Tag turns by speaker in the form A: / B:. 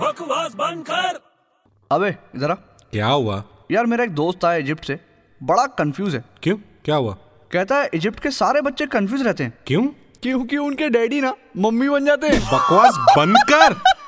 A: बकवास बंद कर
B: अबे जरा
C: क्या हुआ
B: यार मेरा एक दोस्त आया इजिप्ट से बड़ा कंफ्यूज है
C: क्यों क्या हुआ
B: कहता है इजिप्ट के सारे बच्चे कंफ्यूज रहते हैं
C: क्यों
B: क्योंकि उनके डैडी ना मम्मी बन जाते हैं
C: बकवास बंद कर